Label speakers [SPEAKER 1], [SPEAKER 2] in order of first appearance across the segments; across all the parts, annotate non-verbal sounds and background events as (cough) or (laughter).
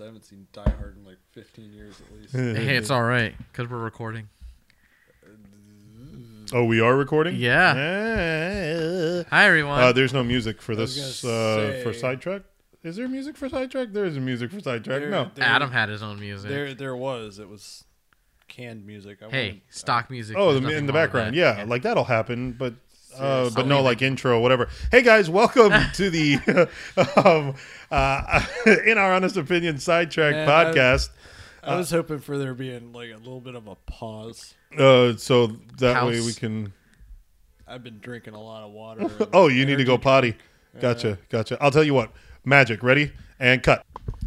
[SPEAKER 1] I haven't seen Die Hard in like 15 years at least.
[SPEAKER 2] Hey, it's all right because we're recording.
[SPEAKER 3] (laughs) Oh, we are recording.
[SPEAKER 2] Yeah.
[SPEAKER 3] Yeah.
[SPEAKER 2] Hi, everyone.
[SPEAKER 3] Uh, there's no music for
[SPEAKER 1] I was
[SPEAKER 3] this
[SPEAKER 1] gonna
[SPEAKER 3] uh,
[SPEAKER 1] say-
[SPEAKER 3] for sidetrack. Is there music for sidetrack? There is a music for sidetrack.
[SPEAKER 1] There-
[SPEAKER 3] no.
[SPEAKER 1] there-
[SPEAKER 2] Adam had his own music.
[SPEAKER 1] There, there was. It was canned music. I
[SPEAKER 2] hey,
[SPEAKER 1] wanted-
[SPEAKER 2] stock music.
[SPEAKER 3] Oh,
[SPEAKER 2] there's
[SPEAKER 3] the,
[SPEAKER 2] nothing
[SPEAKER 3] in the
[SPEAKER 2] wrong with
[SPEAKER 3] background.
[SPEAKER 2] that.
[SPEAKER 3] Yeah, like that'll happen, but. Uh,
[SPEAKER 1] Seriously.
[SPEAKER 3] but
[SPEAKER 2] I'll
[SPEAKER 3] no,
[SPEAKER 2] leave
[SPEAKER 3] like intro, whatever. Hey guys,
[SPEAKER 1] (laughs)
[SPEAKER 3] welcome to the (laughs) um, uh, (laughs) in our honest opinion sidetrack
[SPEAKER 1] Man, I-
[SPEAKER 3] podcast.
[SPEAKER 1] I was hoping for there being like a little bit of a pause.
[SPEAKER 3] Uh, so that way
[SPEAKER 2] House.
[SPEAKER 3] we can.
[SPEAKER 1] I've been drinking a lot of
[SPEAKER 3] (laughs)
[SPEAKER 1] water. and
[SPEAKER 3] Oh, you need to go
[SPEAKER 1] energy-
[SPEAKER 3] potty. Gotcha, gotcha. I'll tell you what. Magic, ready and cut. All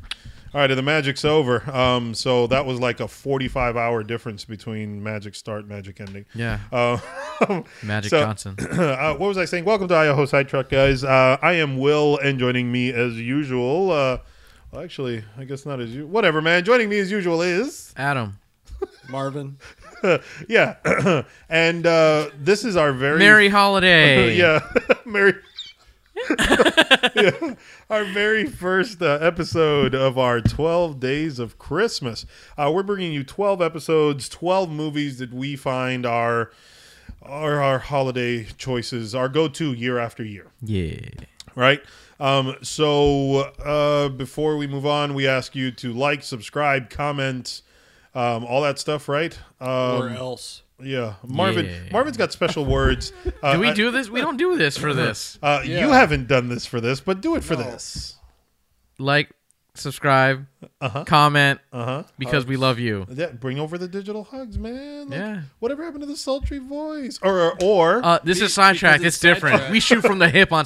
[SPEAKER 3] right, and the magic's over. Um, so that was like a forty-five hour difference between magic start, magic ending.
[SPEAKER 2] Yeah.
[SPEAKER 3] Uh, (laughs)
[SPEAKER 2] Magic
[SPEAKER 3] so-
[SPEAKER 2] Johnson.
[SPEAKER 3] uh, what was I saying? Welcome to Idaho Sidetrack, guys. Uh, I am Will, and joining me as usual. Uh, well, actually, I guess not as you. Whatever, man. Joining me as usual is
[SPEAKER 2] Adam.
[SPEAKER 1] Marvin.
[SPEAKER 3] yeah, (clears throat) and uh, this is our very
[SPEAKER 2] Merry
[SPEAKER 3] (laughs)
[SPEAKER 2] Holiday.
[SPEAKER 3] yeah, Mary. Yeah. Our very first uh, episode of our 12 Days of Christmas. Uh, we're bringing you 12 episodes, 12 movies that we find are, are our holiday choices, our go to year after year
[SPEAKER 2] Yeah.
[SPEAKER 3] right? Um, so uh, before we move on, we ask you to like, subscribe, comment, um, all that stuff, right?
[SPEAKER 1] or
[SPEAKER 3] Um,
[SPEAKER 1] else.
[SPEAKER 3] yeah, Marvin.
[SPEAKER 2] Yeah.
[SPEAKER 3] Marvin's got special
[SPEAKER 2] (laughs)
[SPEAKER 3] words. Uh,
[SPEAKER 2] Do we
[SPEAKER 3] I-
[SPEAKER 2] do this? We don't do this for this.
[SPEAKER 3] Uh,
[SPEAKER 1] Yeah.
[SPEAKER 3] You haven't done this for this, but do it for
[SPEAKER 1] No.
[SPEAKER 3] this.
[SPEAKER 2] Like, subscribe,
[SPEAKER 3] Uh-huh.
[SPEAKER 2] comment,
[SPEAKER 3] Uh huh.
[SPEAKER 2] because we love you.
[SPEAKER 3] That bring over the digital hugs, man. Like,
[SPEAKER 2] Yeah.
[SPEAKER 3] Whatever happened to the sultry voice? Or or, or
[SPEAKER 2] Uh, this is
[SPEAKER 1] Because
[SPEAKER 2] sidetrack.
[SPEAKER 1] it's
[SPEAKER 2] It's different.
[SPEAKER 1] Sidetrack.
[SPEAKER 2] We shoot from the hip on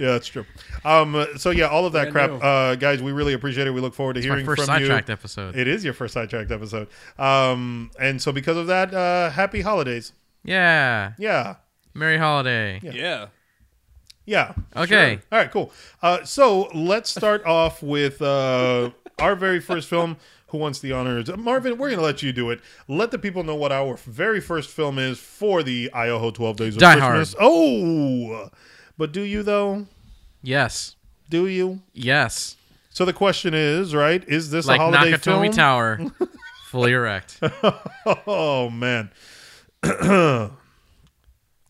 [SPEAKER 3] (laughs) yeah, that's true. Um. So yeah, all of that
[SPEAKER 1] Brand
[SPEAKER 3] crap,
[SPEAKER 1] new.
[SPEAKER 3] uh, guys. We really appreciate it. We look forward to
[SPEAKER 2] My
[SPEAKER 3] hearing
[SPEAKER 2] first
[SPEAKER 3] from
[SPEAKER 2] sidetracked
[SPEAKER 3] you.
[SPEAKER 2] episode.
[SPEAKER 3] It is your first sidetracked episode. Um, and so because of that, uh, happy holidays.
[SPEAKER 2] yeah.
[SPEAKER 3] Yeah.
[SPEAKER 2] Merry Holiday.
[SPEAKER 3] Yeah.
[SPEAKER 1] Yeah.
[SPEAKER 3] Yeah.
[SPEAKER 2] Okay.
[SPEAKER 3] Sure. All right, cool. Uh, so let's start (laughs) off with uh, our very first film. Who wants the honors? Marvin, we're going to let you do it. Let the people know what our very first film is for the Idaho 12 Days of
[SPEAKER 2] Die
[SPEAKER 3] Christmas. Oh, but do you, though?
[SPEAKER 2] Yes.
[SPEAKER 3] Do you?
[SPEAKER 2] Yes.
[SPEAKER 3] So the question is, right? Is this
[SPEAKER 2] Like
[SPEAKER 3] a holiday
[SPEAKER 2] Nakatomi
[SPEAKER 3] film?
[SPEAKER 2] Tower. Fully erect.
[SPEAKER 3] (laughs) oh, man.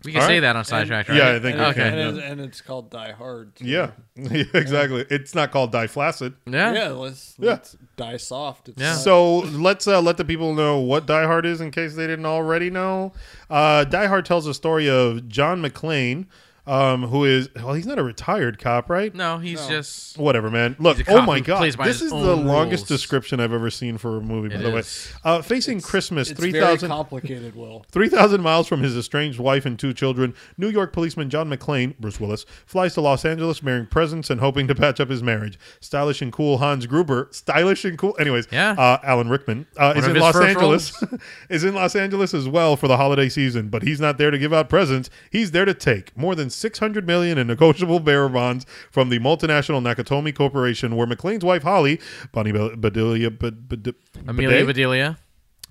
[SPEAKER 2] We can
[SPEAKER 3] All
[SPEAKER 2] say
[SPEAKER 3] right.
[SPEAKER 2] that on sidetrack, right?
[SPEAKER 3] yeah, I think
[SPEAKER 1] and, and-
[SPEAKER 3] we
[SPEAKER 2] okay.
[SPEAKER 3] can.
[SPEAKER 1] And, and it's called Die Hard. so-
[SPEAKER 3] Yeah, (laughs) Yeah, exactly. It's not called Die Flaccid.
[SPEAKER 2] Yeah.
[SPEAKER 1] Yeah. Let's,
[SPEAKER 3] Yeah.
[SPEAKER 1] let's die soft. It's
[SPEAKER 2] Yeah.
[SPEAKER 1] not-
[SPEAKER 3] So let's uh, let the people know what Die Hard is in case they didn't already know. Uh, Die Hard tells the story of John McClane, um, who is well, he's not a retired cop, right?
[SPEAKER 2] No, he's
[SPEAKER 1] No.
[SPEAKER 2] just
[SPEAKER 3] Whatever, man. Look,
[SPEAKER 2] He's a
[SPEAKER 3] oh
[SPEAKER 2] cop
[SPEAKER 3] my
[SPEAKER 2] who
[SPEAKER 3] god,
[SPEAKER 2] plays by
[SPEAKER 3] this
[SPEAKER 2] his
[SPEAKER 3] is the
[SPEAKER 2] own
[SPEAKER 3] longest
[SPEAKER 2] rules.
[SPEAKER 3] description I've ever seen for a movie. By
[SPEAKER 2] It
[SPEAKER 3] the
[SPEAKER 2] is.
[SPEAKER 3] way, uh, facing Christmas,
[SPEAKER 1] it's
[SPEAKER 3] three
[SPEAKER 1] very
[SPEAKER 3] thousand
[SPEAKER 1] complicated,
[SPEAKER 3] (laughs)
[SPEAKER 1] Will.
[SPEAKER 3] 3,000 miles from his estranged wife and two children, New York policeman John McClane, Bruce Willis, flies to Los Angeles bearing presents and hoping to patch up his marriage. Stylish and cool Hans Gruber, stylish and cool, anyways,
[SPEAKER 2] Yeah.
[SPEAKER 3] uh, Alan Rickman, uh, is
[SPEAKER 2] of
[SPEAKER 3] in
[SPEAKER 2] his
[SPEAKER 3] Los
[SPEAKER 2] first
[SPEAKER 3] Angeles, (laughs) is in Los Angeles as well for the holiday season, but he's not there to give out presents. He's there to take more than 600 million in negotiable bearer bonds from the multinational Nakatomi Corporation, where McClane's wife, Holly, Bonnie Bel- Bedelia, Bed- Bed-
[SPEAKER 2] Amelia
[SPEAKER 3] Bidet?
[SPEAKER 2] Bedelia.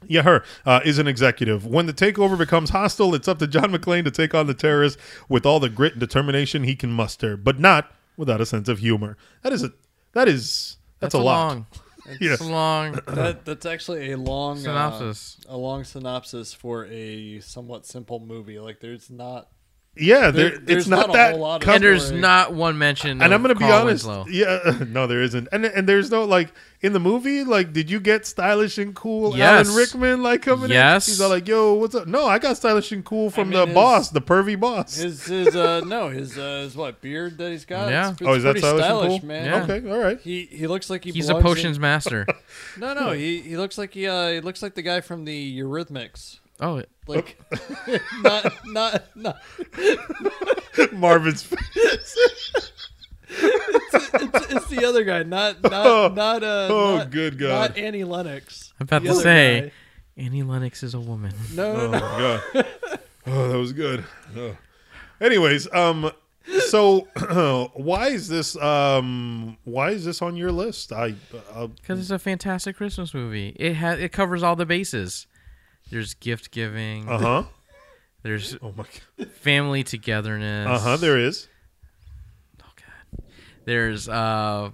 [SPEAKER 3] yeah, her uh, is an executive. When the takeover becomes hostile, it's up to John McClane to take on the terrorists with all the grit and determination he can muster, but not without a sense of humor. That is a that is that's, a, lot. (laughs)
[SPEAKER 2] long.
[SPEAKER 3] Yeah.
[SPEAKER 2] It's a
[SPEAKER 3] (laughs)
[SPEAKER 2] long
[SPEAKER 1] That, that's actually a long uh,
[SPEAKER 2] synopsis.
[SPEAKER 1] a long synopsis for a somewhat simple movie. Like there's not
[SPEAKER 3] Yeah,
[SPEAKER 1] There-
[SPEAKER 3] there,
[SPEAKER 1] there's
[SPEAKER 3] it's not,
[SPEAKER 1] not a
[SPEAKER 3] that.
[SPEAKER 1] whole lot of-
[SPEAKER 3] com-
[SPEAKER 2] and there's
[SPEAKER 1] story.
[SPEAKER 2] not one mention.
[SPEAKER 3] and
[SPEAKER 2] of
[SPEAKER 3] I'm gonna be
[SPEAKER 2] Carl
[SPEAKER 3] honest.
[SPEAKER 2] Winslow.
[SPEAKER 3] Yeah, (laughs) no, there isn't. And and there's no like in the movie. Like, did you get stylish and cool
[SPEAKER 2] Yes.
[SPEAKER 3] Alan Rickman like coming
[SPEAKER 2] Yes.
[SPEAKER 3] in? He's all like, "Yo, what's up?" No, I got stylish and cool from
[SPEAKER 1] mean,
[SPEAKER 3] the
[SPEAKER 1] his-
[SPEAKER 3] boss, the pervy boss.
[SPEAKER 1] his his uh no his uh his what beard that he's got.
[SPEAKER 2] Yeah.
[SPEAKER 1] It's,
[SPEAKER 3] oh,
[SPEAKER 1] it's
[SPEAKER 3] is that
[SPEAKER 1] pretty
[SPEAKER 3] stylish,
[SPEAKER 1] stylish,
[SPEAKER 3] and cool?
[SPEAKER 1] man.
[SPEAKER 2] Yeah.
[SPEAKER 3] Okay, all right. (laughs)
[SPEAKER 1] He he looks like he
[SPEAKER 2] He's a
[SPEAKER 1] belongs
[SPEAKER 2] potions master.
[SPEAKER 1] In, no, no, he he looks like he uh he looks like the guy from the Eurythmics.
[SPEAKER 2] Oh, it-
[SPEAKER 1] Like
[SPEAKER 3] Oh.
[SPEAKER 1] (laughs) not not not
[SPEAKER 3] Marvin's
[SPEAKER 1] it's, it's the other guy, not not not uh
[SPEAKER 3] Oh,
[SPEAKER 1] not,
[SPEAKER 3] good God.
[SPEAKER 1] Not Annie Lennox.
[SPEAKER 2] I'm about
[SPEAKER 1] The
[SPEAKER 2] to
[SPEAKER 1] other
[SPEAKER 2] say,
[SPEAKER 1] guy.
[SPEAKER 2] Annie Lennox is a woman.
[SPEAKER 1] No, no,
[SPEAKER 3] Oh
[SPEAKER 1] no.
[SPEAKER 3] my god. Oh, that was good. Oh. Anyways, um so (clears throat) why is this um why is this on your list? I uh,
[SPEAKER 2] Because it's a fantastic Christmas movie. It ha- it covers all the bases. There's gift giving.
[SPEAKER 3] uh-huh.
[SPEAKER 2] There's
[SPEAKER 3] Oh my god.
[SPEAKER 2] family togetherness.
[SPEAKER 3] Uh-huh, there is.
[SPEAKER 2] There's uh,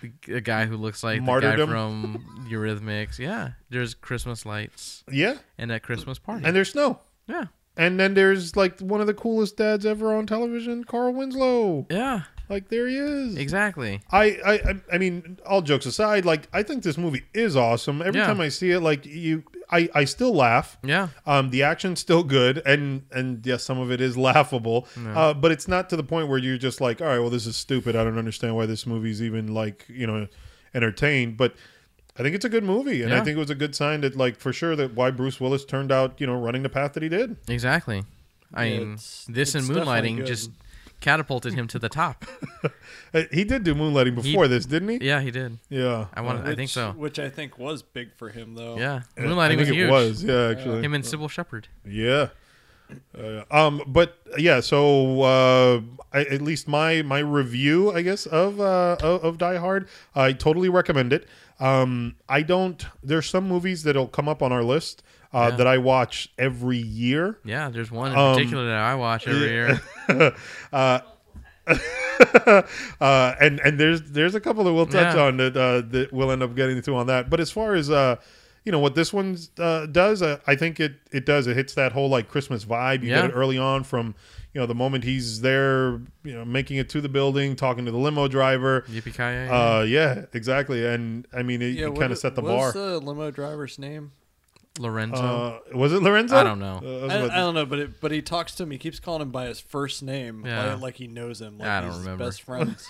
[SPEAKER 2] the, the guy who looks like
[SPEAKER 3] Martyrdom.
[SPEAKER 2] the guy from Eurythmics. Yeah, there's Christmas lights
[SPEAKER 3] Yeah,
[SPEAKER 2] and that Christmas party.
[SPEAKER 3] and there's snow.
[SPEAKER 2] yeah,
[SPEAKER 3] And then there's like one of the coolest dads ever on television, Carl Winslow.
[SPEAKER 2] yeah,
[SPEAKER 3] Like there he is.
[SPEAKER 2] exactly.
[SPEAKER 3] I, I I- I mean, all jokes aside, like I think this movie is awesome. Every
[SPEAKER 2] Yeah.
[SPEAKER 3] time I see it, like you, I I still laugh.
[SPEAKER 2] Yeah,
[SPEAKER 3] Um, the action's still good, and and yes, some of it is (laughs) laughable, uh, but it's not to the point where you're just like, all right, well, this is stupid. I don't understand why this movie's even like you know entertained. But I think it's a good movie, and I
[SPEAKER 2] Yeah.
[SPEAKER 3] think it was a good sign that like for sure that why Bruce Willis turned out you know running the path that he did.
[SPEAKER 2] exactly. I
[SPEAKER 1] Yeah,
[SPEAKER 2] mean,
[SPEAKER 1] it's-
[SPEAKER 2] this and
[SPEAKER 1] it's definitely
[SPEAKER 2] moonlighting
[SPEAKER 1] good.
[SPEAKER 2] just catapulted him to the top.
[SPEAKER 3] Uh, He did do moonlighting before this, didn't he?
[SPEAKER 2] yeah, he did.
[SPEAKER 3] Yeah,
[SPEAKER 2] I want. I think
[SPEAKER 1] Which-
[SPEAKER 2] so.
[SPEAKER 1] Which I think was big for him, though.
[SPEAKER 2] Yeah,
[SPEAKER 3] I
[SPEAKER 2] moonlighting
[SPEAKER 3] think
[SPEAKER 2] was
[SPEAKER 3] it
[SPEAKER 2] huge.
[SPEAKER 3] was. Yeah, actually.
[SPEAKER 2] Him and Sybil Shepherd.
[SPEAKER 3] Yeah. Uh, um. But yeah. So uh, I, at least my my review, I guess, of uh of, of Die Hard, I totally recommend it. Um. I don't. There's some movies that'll come up on our list uh,
[SPEAKER 2] Yeah.
[SPEAKER 3] that I watch every year.
[SPEAKER 2] Yeah, there's one in
[SPEAKER 3] Um,
[SPEAKER 2] particular that I watch every
[SPEAKER 3] (laughs)
[SPEAKER 2] year.
[SPEAKER 3] uh, and and there's there's a couple that we'll touch
[SPEAKER 2] Yeah.
[SPEAKER 3] on that uh, that we'll end up getting to on that. But as far as uh, you know what this one uh, does, uh, I think it it does. It hits that whole like Christmas vibe. You
[SPEAKER 2] Yeah.
[SPEAKER 3] get it early on from you know the moment he's there, you know, making it to the building, talking to the limo driver.
[SPEAKER 2] Yippee ki
[SPEAKER 3] Uh, yeah, exactly. And I mean, it,
[SPEAKER 1] Yeah, what
[SPEAKER 3] kind of
[SPEAKER 1] is-
[SPEAKER 3] set the
[SPEAKER 1] what
[SPEAKER 3] bar.
[SPEAKER 1] was the limo driver's name?
[SPEAKER 2] Lorenzo.
[SPEAKER 3] uh, was it Lorenzo?
[SPEAKER 2] I don't know.
[SPEAKER 3] Uh, I was
[SPEAKER 1] I,
[SPEAKER 3] about to-
[SPEAKER 1] I don't know, but it, but he talks to him. He keeps calling him by his first name,
[SPEAKER 2] Yeah.
[SPEAKER 1] like, like he knows him, like
[SPEAKER 2] I don't
[SPEAKER 1] he's his
[SPEAKER 2] remember. (laughs)
[SPEAKER 1] best friends.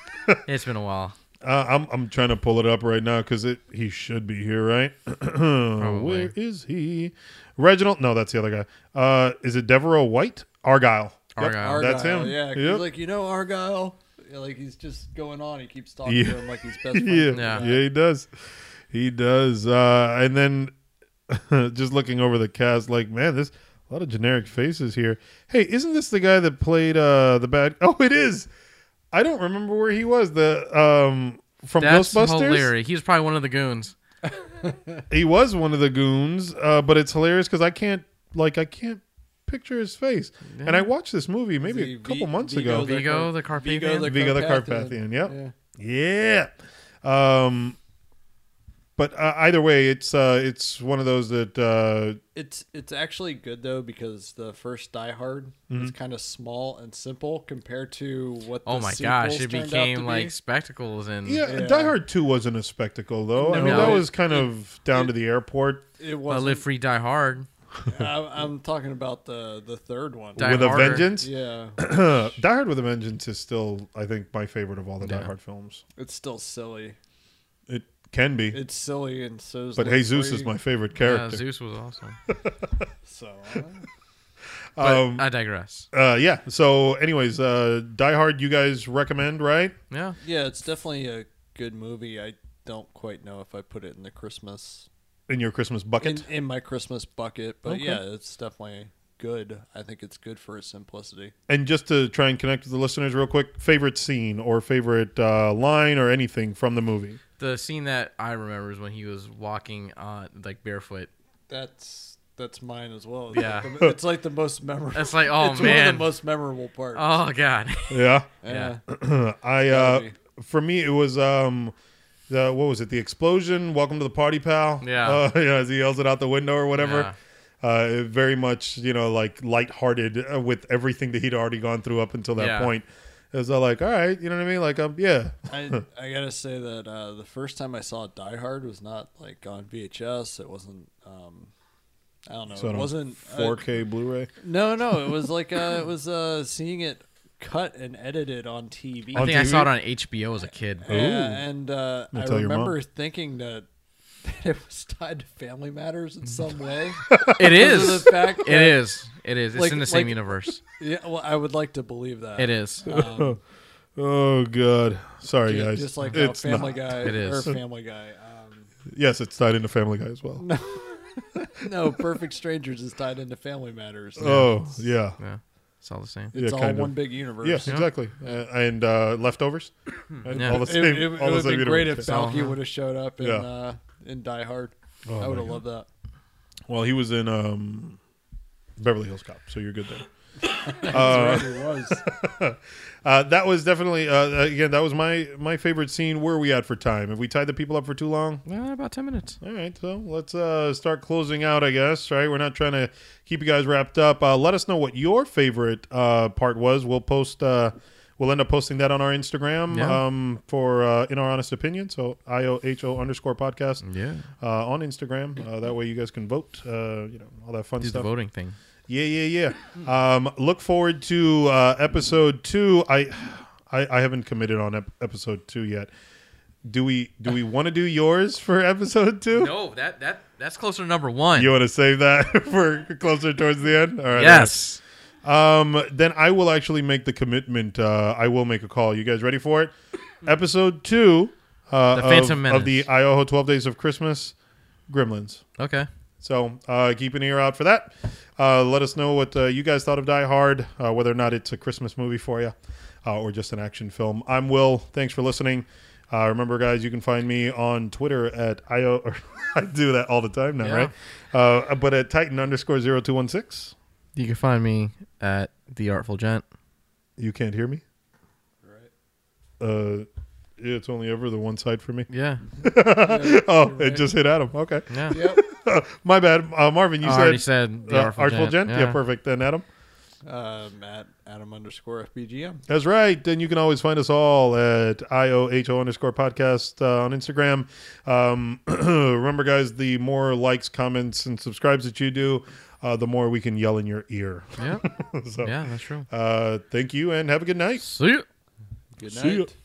[SPEAKER 2] it's been a while.
[SPEAKER 3] Uh, I'm I'm trying to pull it up right now because it he should be here, right? (clears throat) Where is he? Reginald? No, that's the other guy. Uh, is it Devereaux White? Argyle. Yep, (laughs)
[SPEAKER 2] Argyle.
[SPEAKER 3] that's him.
[SPEAKER 1] Yeah, 'cause he's
[SPEAKER 3] Yep.
[SPEAKER 1] like you know Argyle. Yeah, like he's just going on. He keeps talking
[SPEAKER 3] Yeah.
[SPEAKER 1] to him like he's best friend.
[SPEAKER 3] yeah.
[SPEAKER 2] Yeah.
[SPEAKER 3] yeah, he does. He does. Uh, and then (laughs) just looking over the cast, like man, there's a lot of generic faces here. Hey, isn't this the guy that played uh the bad? (laughs) Oh, it is. I don't remember where he was. The um from
[SPEAKER 2] That's
[SPEAKER 3] Ghostbusters.
[SPEAKER 2] hilarious. He's probably one of the goons.
[SPEAKER 3] he was one of the goons uh, but it's hilarious because i can't like i can't picture his face and i watched this movie maybe
[SPEAKER 1] The
[SPEAKER 3] a couple
[SPEAKER 1] Vi-
[SPEAKER 3] months
[SPEAKER 1] Vigo
[SPEAKER 3] ago
[SPEAKER 1] the
[SPEAKER 2] Vigo
[SPEAKER 1] Car-
[SPEAKER 2] the Carpathian?
[SPEAKER 3] Vigo the Carpathian, yep. yeah um but uh, either way it's uh it's one of those that uh
[SPEAKER 1] It's it's actually good though because the first Die Hard
[SPEAKER 3] Mm-hmm.
[SPEAKER 1] is kind of small and simple compared to what. The
[SPEAKER 2] Oh my gosh,
[SPEAKER 1] sequels
[SPEAKER 2] it
[SPEAKER 1] turned out to
[SPEAKER 2] became
[SPEAKER 1] be.
[SPEAKER 2] like spectacles and
[SPEAKER 3] yeah,
[SPEAKER 1] Yeah.
[SPEAKER 3] die hard 2 wasn't a spectacle though i
[SPEAKER 1] No,
[SPEAKER 3] mean
[SPEAKER 2] no,
[SPEAKER 3] that
[SPEAKER 2] it-
[SPEAKER 3] was kind of down to the airport
[SPEAKER 1] it
[SPEAKER 2] uh,
[SPEAKER 1] was.
[SPEAKER 2] Live Free Die Hard.
[SPEAKER 1] I, I'm talking about the the third one.
[SPEAKER 2] Die
[SPEAKER 3] with a
[SPEAKER 2] Harder.
[SPEAKER 3] vengeance
[SPEAKER 1] yeah,
[SPEAKER 3] (clears throat) die hard with a vengeance is still i think my favorite of all the die
[SPEAKER 2] Yeah.
[SPEAKER 3] hard films
[SPEAKER 1] it's still silly.
[SPEAKER 3] it can be
[SPEAKER 1] It's silly and so's.
[SPEAKER 3] but
[SPEAKER 1] Live
[SPEAKER 3] jesus is
[SPEAKER 1] Free,
[SPEAKER 3] my favorite
[SPEAKER 2] Yeah,
[SPEAKER 3] character
[SPEAKER 2] Zeus was
[SPEAKER 1] (laughs)
[SPEAKER 2] awesome.
[SPEAKER 1] So uh,
[SPEAKER 2] But
[SPEAKER 3] um,
[SPEAKER 2] I digress.
[SPEAKER 3] uh yeah so anyways uh die hard you guys recommend right
[SPEAKER 2] Yeah.
[SPEAKER 1] yeah, it's definitely a good movie. I don't quite know if I put it in the Christmas
[SPEAKER 3] in your christmas bucket
[SPEAKER 1] in, in my Christmas bucket, but
[SPEAKER 3] Okay.
[SPEAKER 1] yeah, it's definitely good. I think it's good for its simplicity.
[SPEAKER 3] and just to try and connect with the listeners real quick favorite scene or favorite uh line or anything from the movie
[SPEAKER 2] The scene that I remember is when he was walking on like barefoot.
[SPEAKER 1] That's that's mine as well. It's
[SPEAKER 2] Yeah.
[SPEAKER 1] like the- it's like the most memorable. (laughs)
[SPEAKER 2] That's like, oh,
[SPEAKER 1] it's one
[SPEAKER 2] man.
[SPEAKER 1] of the most memorable parts.
[SPEAKER 2] Oh god. (laughs)
[SPEAKER 3] yeah
[SPEAKER 1] yeah,
[SPEAKER 3] (clears throat) i uh
[SPEAKER 1] Gotta
[SPEAKER 3] for me it was um the what was it the explosion welcome to the party pal
[SPEAKER 2] Yeah.
[SPEAKER 3] (laughs) uh, yeah as he yells it out the window or whatever uh very much you know like lighthearted uh, with everything that he'd already gone through up until that
[SPEAKER 2] Yeah.
[SPEAKER 3] point it was uh, like all right you know what i mean like um yeah
[SPEAKER 1] I I gotta say that uh, the first time I saw Die Hard was not like on VHS. It wasn't. Um, I don't know.
[SPEAKER 3] So
[SPEAKER 1] it
[SPEAKER 3] on
[SPEAKER 1] wasn't uh,
[SPEAKER 3] 4k blu-ray
[SPEAKER 1] no, no. It was like uh, it was uh, seeing it cut and edited on TV.
[SPEAKER 2] I
[SPEAKER 3] On
[SPEAKER 2] think I
[SPEAKER 3] TV?
[SPEAKER 2] saw it on HBO as a kid.
[SPEAKER 1] Yeah, and uh,
[SPEAKER 3] I'll
[SPEAKER 1] I
[SPEAKER 3] tell your mom.
[SPEAKER 1] remember thinking that, (laughs) that it was tied to Family Matters in some way.
[SPEAKER 2] (laughs) (laughs) It
[SPEAKER 1] Because of (laughs)
[SPEAKER 2] is.
[SPEAKER 1] the fact
[SPEAKER 2] It
[SPEAKER 1] that-
[SPEAKER 2] is. It is. It's
[SPEAKER 1] Like-
[SPEAKER 2] in the same
[SPEAKER 1] like-
[SPEAKER 2] universe.
[SPEAKER 1] Yeah, well, I would like to believe that
[SPEAKER 2] It
[SPEAKER 1] (laughs)
[SPEAKER 2] is.
[SPEAKER 1] Um,
[SPEAKER 3] Oh god, sorry
[SPEAKER 1] ju-
[SPEAKER 3] guys.
[SPEAKER 1] just like uh,
[SPEAKER 3] it's
[SPEAKER 1] Family
[SPEAKER 3] not.
[SPEAKER 1] Guy
[SPEAKER 2] It is.
[SPEAKER 1] or Family Guy. Um,
[SPEAKER 3] Yes, it's tied into Family Guy as
[SPEAKER 1] (laughs)
[SPEAKER 3] well.
[SPEAKER 1] no, Perfect Strangers is tied into Family Matters.
[SPEAKER 3] Oh yeah,
[SPEAKER 2] Yeah. It's all the same.
[SPEAKER 1] it's
[SPEAKER 3] yeah,
[SPEAKER 1] all
[SPEAKER 3] kind of.
[SPEAKER 1] one big universe.
[SPEAKER 3] yes, exactly. Uh, and uh, leftovers, Right?
[SPEAKER 2] Yeah.
[SPEAKER 3] all the
[SPEAKER 1] It,
[SPEAKER 3] same.
[SPEAKER 1] it, it would
[SPEAKER 3] all the
[SPEAKER 1] have
[SPEAKER 3] same
[SPEAKER 1] been great if
[SPEAKER 3] universe.
[SPEAKER 1] Falky
[SPEAKER 2] Uh-huh.
[SPEAKER 1] would have showed up in
[SPEAKER 3] Yeah.
[SPEAKER 1] uh, in Die Hard.
[SPEAKER 3] Oh,
[SPEAKER 1] I would
[SPEAKER 3] my
[SPEAKER 1] have loved that.
[SPEAKER 3] Well, he was in um, Beverly Hills Cop, so you're good there.
[SPEAKER 1] That's right, it
[SPEAKER 3] (laughs)
[SPEAKER 1] was.
[SPEAKER 3] Uh, that was definitely uh, again. That was my my favorite scene. Where are we at for time? Have we tied the people up for too long?
[SPEAKER 2] Uh, about ten minutes.
[SPEAKER 3] All right, so let's uh, start closing out. I guess right. We're not trying to keep you guys wrapped up. Uh, let us know what your favorite uh, part was. We'll post. Uh, we'll end up posting that on our Instagram
[SPEAKER 2] Yeah.
[SPEAKER 3] um, for uh, in our honest opinion. So i o h o underscore podcast
[SPEAKER 2] Yeah.
[SPEAKER 3] uh, on Instagram. Uh, that way you guys can vote. Uh, you know all that fun
[SPEAKER 2] Do the
[SPEAKER 3] stuff.
[SPEAKER 2] voting thing.
[SPEAKER 3] Yeah, yeah, yeah. Um, look forward to uh, episode two. I, I, I haven't committed on ep- episode two yet. Do we do we want to do yours for episode two?
[SPEAKER 2] No, that that that's closer to number one.
[SPEAKER 3] (laughs) You want to save that for closer towards the end? All right.
[SPEAKER 2] yes.
[SPEAKER 3] Um, then I will actually make the commitment. Uh, I will make a call. You guys ready for
[SPEAKER 2] (laughs)
[SPEAKER 3] it? episode two. Uh,
[SPEAKER 2] The
[SPEAKER 3] of-
[SPEAKER 2] Phantom
[SPEAKER 3] of,
[SPEAKER 2] Menace.
[SPEAKER 3] the Ioho Twelve Days of Christmas, Gremlins.
[SPEAKER 2] Okay.
[SPEAKER 3] So uh, keep an ear out for that. Uh, let us know what uh, you guys thought of Die Hard, uh, whether or not it's a Christmas movie for you uh, or just an action film. I'm Will. Thanks for listening. Uh, remember, guys, you can find me on Twitter at io. Or (laughs) I do that all the time now,
[SPEAKER 2] Yeah.
[SPEAKER 3] right? Uh, but at Titan underscore zero two one six.
[SPEAKER 2] You can find me at the Artful Gent.
[SPEAKER 3] You can't hear me. Uh, it's only ever the one side for me.
[SPEAKER 2] Yeah.
[SPEAKER 3] (laughs) oh, it just hit Adam. Okay, (laughs)
[SPEAKER 2] Yeah.
[SPEAKER 1] Yep.
[SPEAKER 3] my bad, uh, Marvin. You
[SPEAKER 2] I already
[SPEAKER 3] said,
[SPEAKER 2] said the
[SPEAKER 3] uh,
[SPEAKER 2] Artful,
[SPEAKER 3] artful
[SPEAKER 2] Gent.
[SPEAKER 3] gent. yeah, perfect. Then Adam.
[SPEAKER 1] Um, at Adam underscore FBGM.
[SPEAKER 3] That's right. Then you can always find us all at IOHO underscore podcast uh, on Instagram. Um, (clears throat) remember, guys, the more likes, comments, and subscribes that you do, uh, the more we can yell in your ear. (laughs)
[SPEAKER 2] Yeah.
[SPEAKER 3] so,
[SPEAKER 2] (laughs) yeah, that's true.
[SPEAKER 3] uh, thank you and have a good night.
[SPEAKER 2] See ya.
[SPEAKER 1] Good
[SPEAKER 3] See ya.
[SPEAKER 1] night.